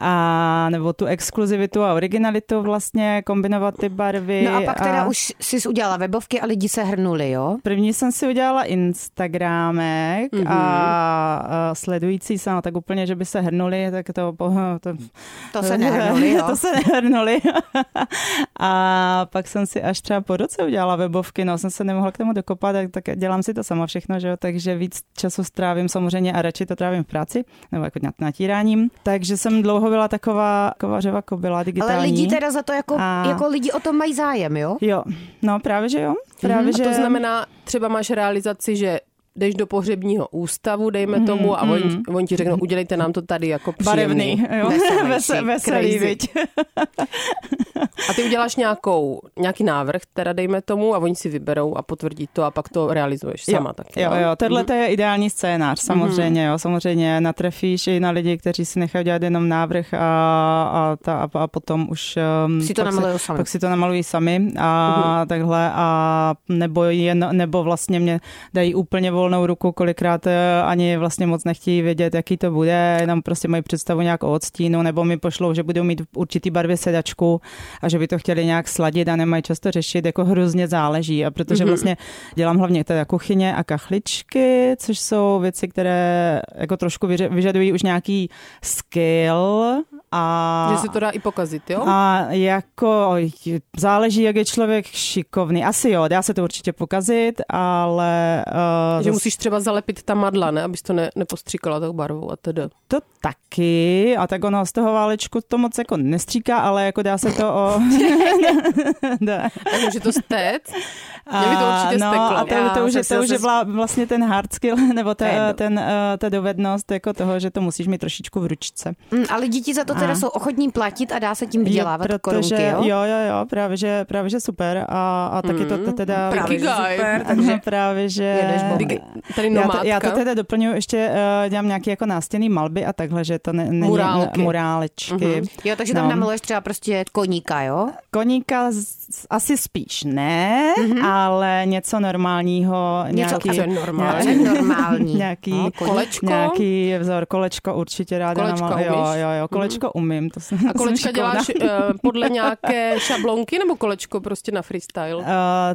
S4: a nebo tu exkluzivitu a originalitu vlastně, kombinovat ty barvy.
S1: No a pak teda už jsi udělala webovky a lidi se hrnuli, jo?
S4: První jsem si udělala Instagramek
S1: Mhm.
S4: mm-hmm. a, a sledující se, no tak úplně, že by se hrnuli, tak to... po- To,
S1: To se nehrnuli, jo?
S4: To se nehrnuli. a pak jsem si až třeba po roce udělala webovky, no jsem se nemohla k tomu dokopat, tak, tak dělám si to sama všechno, že jo, takže víc času strávím samozřejmě a radši to trávím v práci, nebo jako nad- natíráním. Takže jsem dlouho byla taková, taková řeva kobila digitální.
S1: Ale lidi teda za to jako,
S4: A-
S1: jako lidi o tom mají zájem, jo?
S4: Jo, no právě, že
S1: Mhm,
S4: jo. Právě, že...
S3: A to znamená, třeba máš realizaci, že jdeš do pohřebního ústavu, dejme tomu, a oni, oni ti řeknou, udělejte nám to tady jako příjemný.
S4: Mhm, Barevný, jo.
S1: Veselý,
S4: Vese-
S1: chic,
S4: veselý,
S1: crazy.
S4: viď.
S3: A ty uděláš nějakou, nějaký návrh, teda dejme tomu, a oni si vyberou a potvrdí to a pak to realizuješ sama
S4: jo,
S3: taky.
S4: Jo,
S3: no?
S4: jo,
S1: Mhm.
S4: tohle to je ideální scénář, samozřejmě, jo, samozřejmě natrefíš i na lidi, kteří si nechají dělat jenom návrh a, a, ta, a, a potom už... Um,
S1: Si to
S4: pak
S1: namalujou sami.
S4: Pak si to namalují sami a takhle a nebo, jen, nebo vlastně mě dají úplně volnou ruku, kolikrát eh, ani vlastně moc nechtějí vědět, jaký to bude, jenom prostě mají představu nějak o odstínu, nebo mi pošlou, že budou mít v určitý barvě sedačku a že by to chtěli nějak sladit a nemají často řešit, jako hrozně záleží. A protože vlastně dělám hlavně teda kuchyně a kachličky, což jsou věci, které jako trošku vyře- vyžadují už nějaký skill, A...
S3: Že se to dá i pokazit, jo?
S4: A jako záleží, jak je člověk šikovný. Asi jo, dá se to určitě pokazit, ale... Uh,
S3: Že musíš třeba zalepit ta madla, ne? Abys to ne, nepostříkala tou barvou a tedy.
S4: To taky, a tak ono z toho válečku to moc jako nestříká, ale jako dá se to o... dá.
S3: A může to stéct? Mě by to určitě
S4: no,
S3: steklo.
S4: a to,
S1: Já
S4: to už, je,
S1: jsem
S4: to
S1: si
S4: už je
S1: zase-
S4: vla- vlastně ten hard skill, nebo
S1: To
S4: ta,
S1: je do-
S4: ten, eh, ta dovednost jako toho, že to musíš mít trošičku v ručičce.
S1: Mm, ale děti za to teda jsou ochotní platit a dá se tím vydělávat
S4: Je,
S1: korunky, jo?
S4: jo, jo, jo, právě že, právě že super a, a taky to, to teda...
S3: Právě, že Guy. super,
S4: takže právě že...
S1: jedeš bomby.
S3: Digi- Tady
S4: Já to,
S3: nomádka.
S4: já to teda doplňuji, ještě uh, dělám nějaké jako nástěnný malby a takhle, že to ne, není
S3: Murálky.
S4: murálečky.
S1: Jo, takže tam
S4: No.
S1: namaluješ třeba prostě koníka, jo?
S4: Koníka z, asi spíš ne, mm-hmm. ale něco normálního.
S1: Něco,
S4: nějaký,
S3: co je normální.
S1: Ale normální.
S4: Nějaký,
S1: No, koník.
S3: kolečko?
S4: nějaký vzor, kolečko určitě ráda
S3: Kolečka
S4: namal-
S3: umíš?
S4: Jo, jo, jo, kolečko mm-hmm. umím. To jsem,
S3: A kolečka
S4: jsem no. šikovná.
S3: děláš uh, podle nějaké šablonky nebo kolečko prostě na freestyle?
S4: Uh,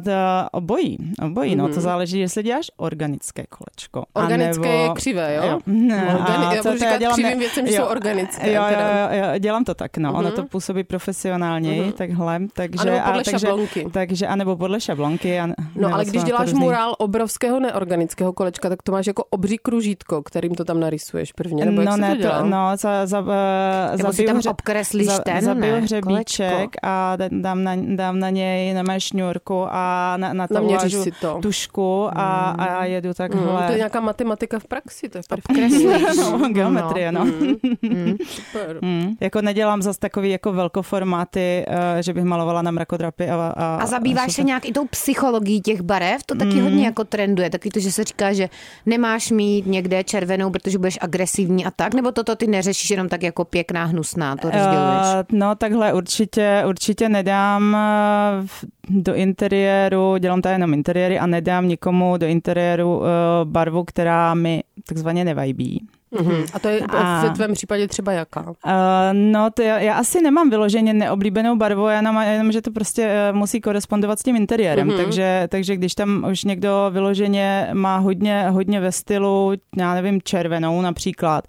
S4: to obojí, obojí, mm-hmm. no to záleží, jestli děláš organické kolečko.
S3: Mhm. Organické
S4: anebo...
S3: je křivé, jo?
S4: Ne,
S3: Organi-
S4: a
S3: já
S4: co
S3: budu
S4: to
S3: říkat
S4: dělám?
S3: křivým
S4: Ne,
S3: věcem, že
S4: jo,
S3: jsou organické.
S4: Jo, jo,
S3: teda. Mhm.
S4: jo, jo, dělám to tak, no, mm-hmm. ono to působí profesionálněji, mm-hmm. takhle, takže...
S3: Anebo podle
S4: a, takže,
S3: šablonky.
S4: Takže, anebo podle šablonky. A,
S3: No
S4: nebo
S3: ale
S4: jsou
S3: když
S4: na to
S3: děláš
S4: různý-
S3: murál obrovského neorganického kolečka, tak to máš jako obří kružítko, kterým to tam narysuješ prvně, nebo jak
S4: no,
S3: se to dělá?
S4: no, za, za, uh,
S1: Nebo si
S4: zabiju
S1: tam
S4: hře-
S1: obkreslíš ten,
S4: zabiju
S1: ne?
S4: hřebíček
S1: Kolečko.
S4: a da- dám na, dám na něj na mé šňůrku a na, na to
S3: Naměříš
S4: uvážu
S3: si to.
S4: tušku a, a jedu
S3: Mm,
S4: takhle.
S3: to je nějaká matematika v praxi, to je perfektní.
S1: Kreslíš.
S4: no, geometrie, no.
S3: Super.
S4: Mm. Jako nedělám zase takový jako velkoformáty, eh, že bych malovala na mrakodrapy. A, a,
S1: A zabýváš se
S4: no. super. Mm.
S1: nějak i tou psychologií těch barev? To taky hodně jako trenduje. Taky to, že se říká, že nemáš mít někde červenou, protože budeš agresivní a tak? Nebo toto ty neřešíš jenom tak jako pěkná, hnusná? To rozděluješ?
S4: Eh, No takhle určitě, určitě nedám eh, v- do interiéru, dělám tady jenom interiéry a nedám nikomu do interiéru eh, barvu, která mi takzvaně nevajbí.
S3: Mhm. A to je
S4: A-
S3: v tvém případě třeba jaká?
S4: Eh, No, to já, já asi nemám vyloženě neoblíbenou barvu, já jenom, jenom že to prostě eh, musí korespondovat s tím interiérem, mm-hmm. takže, takže když tam už někdo vyloženě má hodně, hodně ve stylu, já nevím, červenou například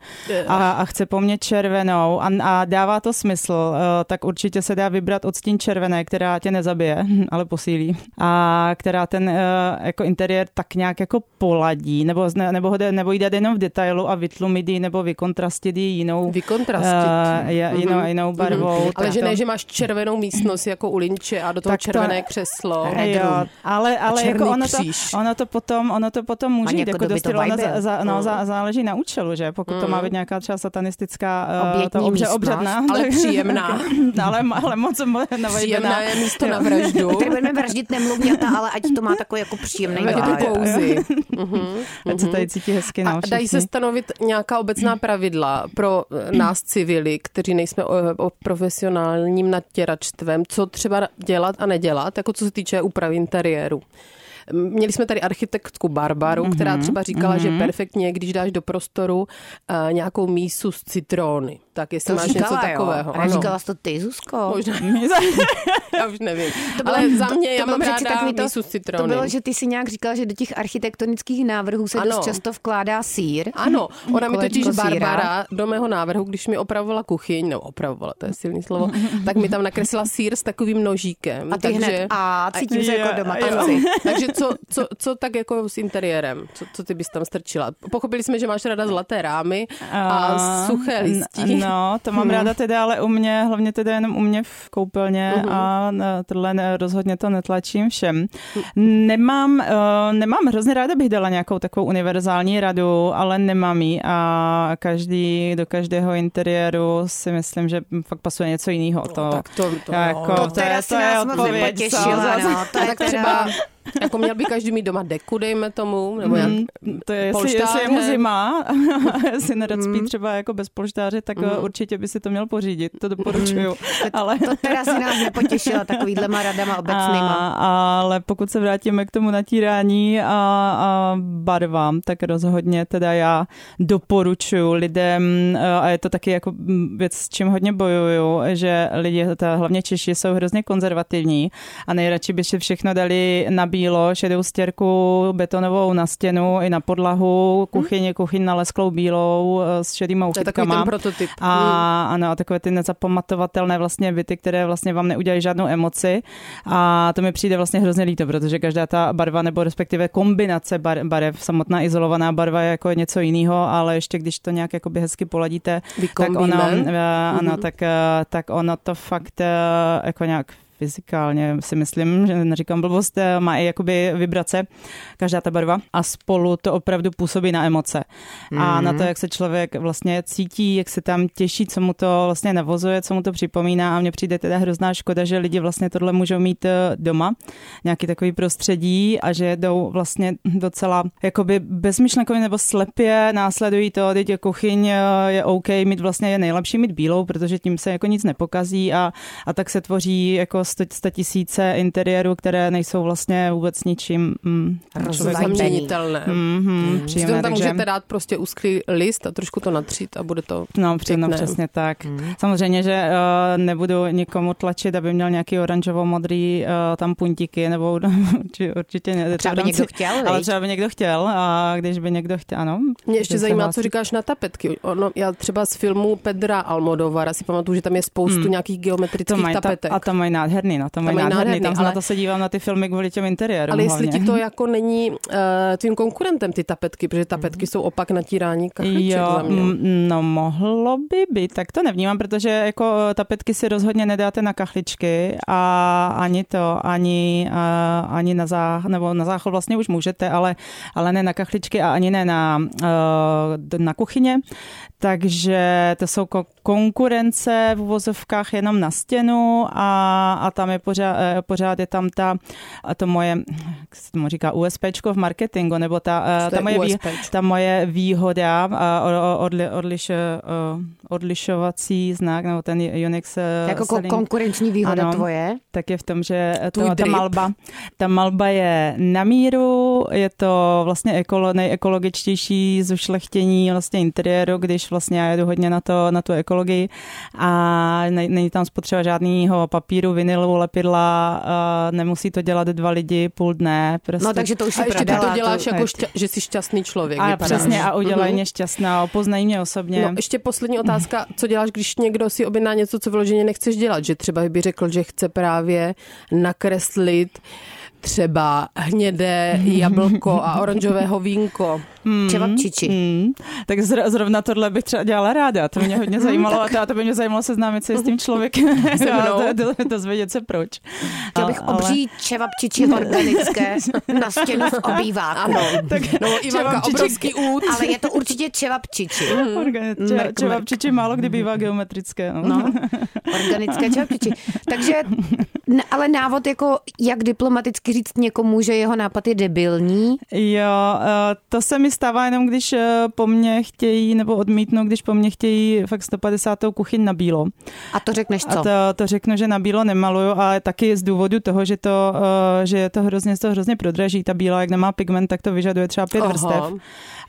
S4: a, a chce po mně červenou a, a dává to smysl, eh, tak určitě se dá vybrat odstín červené, která tě nezabije, ale posílí a která ten eh, jako interiér tak nějak jako poladí, nebo, ne, nebo, ho jde, nebo jí dát jenom v detailu a vytlumit ji nebo vykontrastit ji jinou
S3: Vykontrastit.
S4: eh, je, jinou, jinou barvou.
S1: Mhm.
S3: Ale
S1: tak
S3: že ne,
S1: to-
S3: že máš červenou místnost jako u linče a do toho
S4: Tak to-
S3: červené křeslo.
S1: Red
S4: Jo,
S1: room.
S4: ale, ale
S3: černý
S4: jako ono,
S3: kříž.
S4: to, ono, to potom, ono to potom může jít
S1: jako
S4: jako
S1: doby
S4: do
S1: to
S4: stylu, ono
S1: Bible.
S4: za, za, no, za, záleží na účelu, že? Pokud to má být nějaká třeba satanistická eh,
S1: Obětní
S4: to obře,
S1: místnost,
S4: obřadná.
S3: ale
S4: tak-
S3: příjemná.
S4: ale, ale moc moc
S3: Příjemná
S4: navajbená.
S3: je místo na vraždu.
S1: Tady budeme vraždit nemluvňata, ale ať to má takový jako příjemný
S3: Tak je to
S1: vibe.
S3: kouzy.
S4: Ať se tady cítí hezky, no,
S3: Mm-hmm. A dají se
S4: všichni.
S3: stanovit nějaká obecná pravidla pro eh,
S1: Mm.
S3: nás civily, kteří nejsme o, o profesionálním natěračstvem, co třeba dělat a nedělat, jako co se týče úpravy interiéru. M, Měli jsme tady architektku Barbaru, mm-hmm, která třeba říkala, mm-hmm. že perfektně je, když dáš do prostoru uh, nějakou mísu z citróny. Tak jestli
S1: To
S3: máš
S1: říkala,
S3: něco
S1: jo.
S3: takového.
S1: A říkala jsi to ty, Zuzko?
S3: Možná, já už nevím.
S1: bylo-
S3: To bylo, Ale za mě,
S1: to
S3: já
S1: bylo
S3: mám
S1: přeci
S3: ráda
S1: takový to-
S3: mísu z citróny.
S1: To bylo, že ty si nějak říkal, že do těch architektonických návrhů se
S3: Ano.
S1: dost často vkládá sír.
S3: Ano, ona mi
S1: Kolečko
S3: totiž
S1: síra.
S3: Barbara do mého návrhu, když mi opravovala kuchyň, no opravovala, to je silný slovo, tak mi tam nakreslila sír s takovým nožíkem.
S1: A ty
S3: takže,
S1: hned, a cítím se
S4: je,
S1: jako doma.
S4: jo.
S1: kluci.
S3: takže co, co, co, tak jako s interiérem? Co, co ty bys tam strčila? Pochopili jsme, že máš ráda zlaté rámy a
S4: A,
S3: suché listí.
S4: n- No, to mám ráda teda, ale u mě, hlavně teda jenom u mě v koupelně a na tohle ne, rozhodně to netlačím všem. Nemám, eh, nemám, hrozně ráda bych dala nějakou takovou univerzální radu, ale nemám ji a každý, do každého interiéru si myslím, že fakt pasuje něco jiného. To, no,
S3: tak to- to jo.
S4: jako,
S3: To
S1: To teda
S4: je,
S1: si
S4: to je
S1: nás moc
S4: odpověď, co?
S1: nepotěšila,
S4: Zas-
S1: no. To je
S3: tak
S1: teda...
S3: třeba, jako měl by každý mít doma deku, dejme tomu,
S4: Mhm.
S3: nebo jak,
S4: Hmm, To je, jestli,
S3: polštáře.
S4: jestli je mu zima, jestli nerozpí
S3: Hmm.
S4: třeba jako bez polštáře, tak eh, určitě by si to měl pořídit, to
S3: Hmm.
S4: doporučuju. Ale...
S1: To teda si nás nepotěšila takovýhlema radama obecnýma.
S4: A, ale pokud se vrátíme k tomu natírání a, a barvám, tak rozhodně teda já doporučuji lidem, eh, a je to taky jako mm, věc, s čím hodně bojuju, že lidi, ta, hlavně Češi, jsou hrozně konzervativní a nejradši by si všechno dali nabílé bílo, šedou stěrku betonovou na stěnu i na podlahu, kuchyni, kuchyň nalesklou bílou eh, s šedýma
S3: Mhm. To je takový
S4: uchytkama.
S3: ten prototyp. mm,
S4: A ano, a takové ty nezapamatovatelné vlastně byty, které vlastně vám neudělají žádnou emoci. A to mi přijde vlastně hrozně líto, protože každá ta barva nebo respektive kombinace bar, barev, samotná izolovaná barva je jako něco jiného, ale ještě když to nějak jakoby hezky poladíte,
S3: Vykombíme.
S4: tak ono, eh, ano, tak, eh, tak ono to fakt eh, jako nějak fyzikálně si myslím, že neříkám blbost, eh, má i jakoby vibrace, každá ta barva a spolu to opravdu působí na emoce. A na to, jak se člověk vlastně cítí, jak se tam těší, co mu to vlastně navozuje, co mu to připomíná a mně přijde teda hrozná škoda, že lidi vlastně tohle můžou mít eh, doma, nějaký takový prostředí a že jdou vlastně docela jakoby bezmyšlenkově nebo slepě následují to, teď je kuchyň eh, je OK, mít vlastně je nejlepší mít bílou, protože tím se jako nic nepokazí a, a tak se tvoří jako sto, sta tisíce interiérů, které nejsou vlastně vůbec ničím mm, člověku
S1: Rozladěný.
S3: Zaměnitelné.
S4: Mm-hmm,
S3: Přitom
S4: příjemné,
S3: tam
S4: takže...
S3: můžete dát prostě úzký list a trošku to natřít a bude to...
S4: No, příjemno,
S3: Pěkné. Hmm.
S4: přesně tak. Mm. Samozřejmě, že uh, nebudu nikomu tlačit, aby měl nějaký oranžovo-modrý uh, tam puntíky, nebo či, určitě ne.
S1: Třeba by
S4: v rámci-
S1: někdo chtěl,
S4: Ale
S1: viď?
S4: třeba by někdo chtěl, a když by někdo chtěl, ano.
S3: Mě ještě
S4: Kdo se
S3: zajímá,
S4: hlásí?
S3: co říkáš na tapetky. Ono, já třeba z filmu Pedra Almodovara si pamatuju, že tam je spoustu hmm. nějakých
S4: to
S3: geometrických
S4: mají, ta,
S3: tapetek.
S4: a to mají nádherný, no, to mají, nádherný, nádherný tam, ale... na
S3: ale-
S4: to se dívám na ty filmy kvůli těm interiérům
S3: Ale jestli
S4: hlavně.
S3: ti to jako není uh, tvým konkurentem, ty tapetky, protože tapetky jsou opak natírání kachliček
S4: Jo,
S3: za mě.
S4: m- no mohlo by být, tak to nevnímám, protože jako tapetky si rozhodně nedáte na kachličky a ani to, ani, a, ani na zách, nebo na záchod vlastně už můžete, ale, ale ne na kachličky a ani ne na, eh, d- na kuchyně, takže to jsou ko- konkurence v uvozovkách jenom na stěnu a, a tam je pořád, eh, pořád je tam ta, a to moje, jak se tomu říká, USPčko v marketingu, nebo ta, eh,
S3: Co to
S4: ta
S3: je
S4: moje vý,
S3: USPčko?
S4: ta moje výhoda a o- o- odli, odliš, eh, odlišovací znak, nebo ten Unix eh,
S1: Jako ko-
S4: selling,
S1: konkurenční výhoda
S4: Ano.
S1: tvoje.
S4: tak je v tom, že eh,
S3: Tvůj
S4: to, ta,
S3: drip.
S4: malba, ta malba je na míru, je to vlastně ekolo, nejekologičtější zušlechtění vlastně interiéru, když vlastně já jedu hodně na, to, na tu ekologii a ne, není tam spotřeba žádného papíru, vinilu, lepidla, eh, nemusí to dělat dva lidi půl dne. Prostě
S1: No takže to už
S3: A
S1: si
S3: ještě ty
S1: prodala.
S3: to děláš
S4: to-
S3: jako,
S4: ne,
S3: šťa- že jsi šťastný člověk.
S4: a
S3: vypadáš.
S4: přesně, a udělají
S3: Mhm.
S4: mě šťastná, opoznají mě osobně.
S3: No, ještě poslední otázka, co děláš, když někdo si objedná něco, co vyloženě nechceš dělat, že třeba by řekl, že chce právě nakreslit třeba hnědé jablko a oranžového vínko.
S1: Čevapčiči.
S3: hmm,
S4: Mm, tak zr- zrovna tohle bych třeba dělala ráda. To mě hodně zajímalo a to, a to by mě zajímalo seznámit se s tím člověkem
S3: Se
S4: a
S3: mnou.
S4: do- do- dozvědět se proč.
S1: Chtěl bych obří čevapčiči organické na stěnu v obýváku.
S4: tak,
S3: No, Ivanka,
S4: čevapčiči-
S3: obrovský út.
S1: Ale je to určitě čevapčiči.
S4: Organ- če-
S1: Mrk, mrk.
S4: čevapčiči málo kdy bývá geometrické. No.
S1: No, organické čevapčiči. Takže, n- ale návod jako, jak diplomaticky říct někomu, že jeho nápad je debilní,
S4: Jo, eh, to se mi stává jenom, když eh, po mně chtějí, nebo odmítnu, když po mně chtějí fakt 150. kuchyň na bílo.
S1: a to řekneš co?
S4: A to, to řeknu, že na bílo nemaluju, ale taky z důvodu toho, že to, eh, že je to hrozně, to hrozně prodraží. Ta bílá, jak nemá pigment, tak to vyžaduje třeba pět
S3: Aha.
S4: vrstev.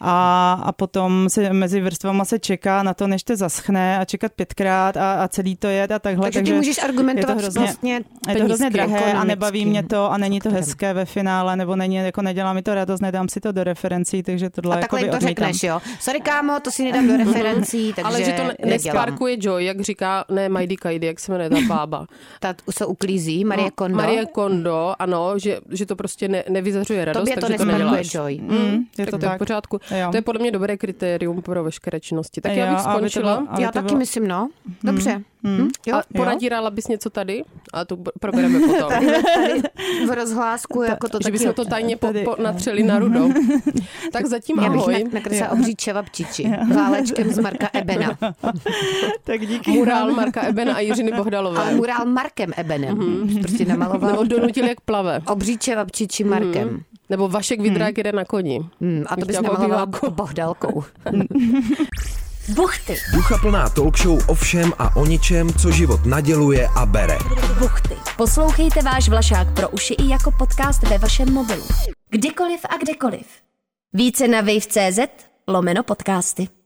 S4: A, a potom se mezi vrstvama se čeká na to, než to zaschne a čekat pětkrát a, a celý to jet a takhle.
S1: Takže ty můžeš argumentovat
S4: je to hrozně-
S1: vlastně
S4: je to hrozně
S1: penízky, jako
S4: drahé a
S1: ekonomický.
S4: nebaví mě to a není to hezké ve finále, nebo není, jako nedělá mi to radost, nedám si to do referencí, takže tohle
S1: A takhle jim
S4: jakoby
S1: to
S4: jako odmítám.
S1: řekneš, jo. Sorry, kámo, to si nedám do referencí, takže
S3: Ale že to ne-
S1: nedělám.
S3: nesparkuje Joy, jak říká, ne Majdy Kajdy, jak se jmenuje ta bába.
S1: Ta se uklízí, Marie
S3: No,
S1: Kondo.
S3: Marie Kondo, ano, že, že to prostě ne, nevyzařuje radost,
S1: Tobě to
S3: takže to
S1: nesparkuje,
S3: neděláš.
S1: Joy.
S4: Mm, je
S3: tak, to je v pořádku.
S4: Jo.
S3: To je podle mě dobré kritérium pro veškeré činnosti. Tak
S4: Jo,
S3: já bych
S4: aby to
S3: skončila.
S4: bylo- aby
S1: Já
S4: to
S1: taky
S4: bylo- Mm,
S1: myslím, no. Dobře. Hm? Jo,
S3: A poradírala bys něco tady? A to b- probereme potom.
S1: tady v rozhlásku, jako to
S3: že
S1: taky...
S3: bychom to tajně po,
S4: Tady-
S3: po, natřeli na rudo. tak zatím
S1: Já bych
S3: ahoj.
S1: nak- nakreslila obří čevapčiči. Válečkem z Marka Ebena.
S4: Tak díky.
S3: Murál Marka Ebena a Jiřiny
S1: Ale
S3: Bohdalové.
S1: murál Markem Ebenem. Prostě
S3: Nebo
S1: namaloval
S3: donutil jak plave.
S1: obří čevapčiči
S3: Mhm.
S1: Markem.
S3: Nebo Vašek Vidrák jede na koni.
S1: Hmm, a to bys
S3: Místo jako
S1: namaloval
S3: obýváku.
S1: bohdalkou.
S5: Buchty,
S2: Duchaplná talk show o všem a o ničem, co život naděluje a bere.
S5: buchty. Poslouchejte váš Vlašák pro uši i jako podcast ve vašem mobilu. Kdykoliv a kdekoliv. Více na wave.cz lomeno podcasty.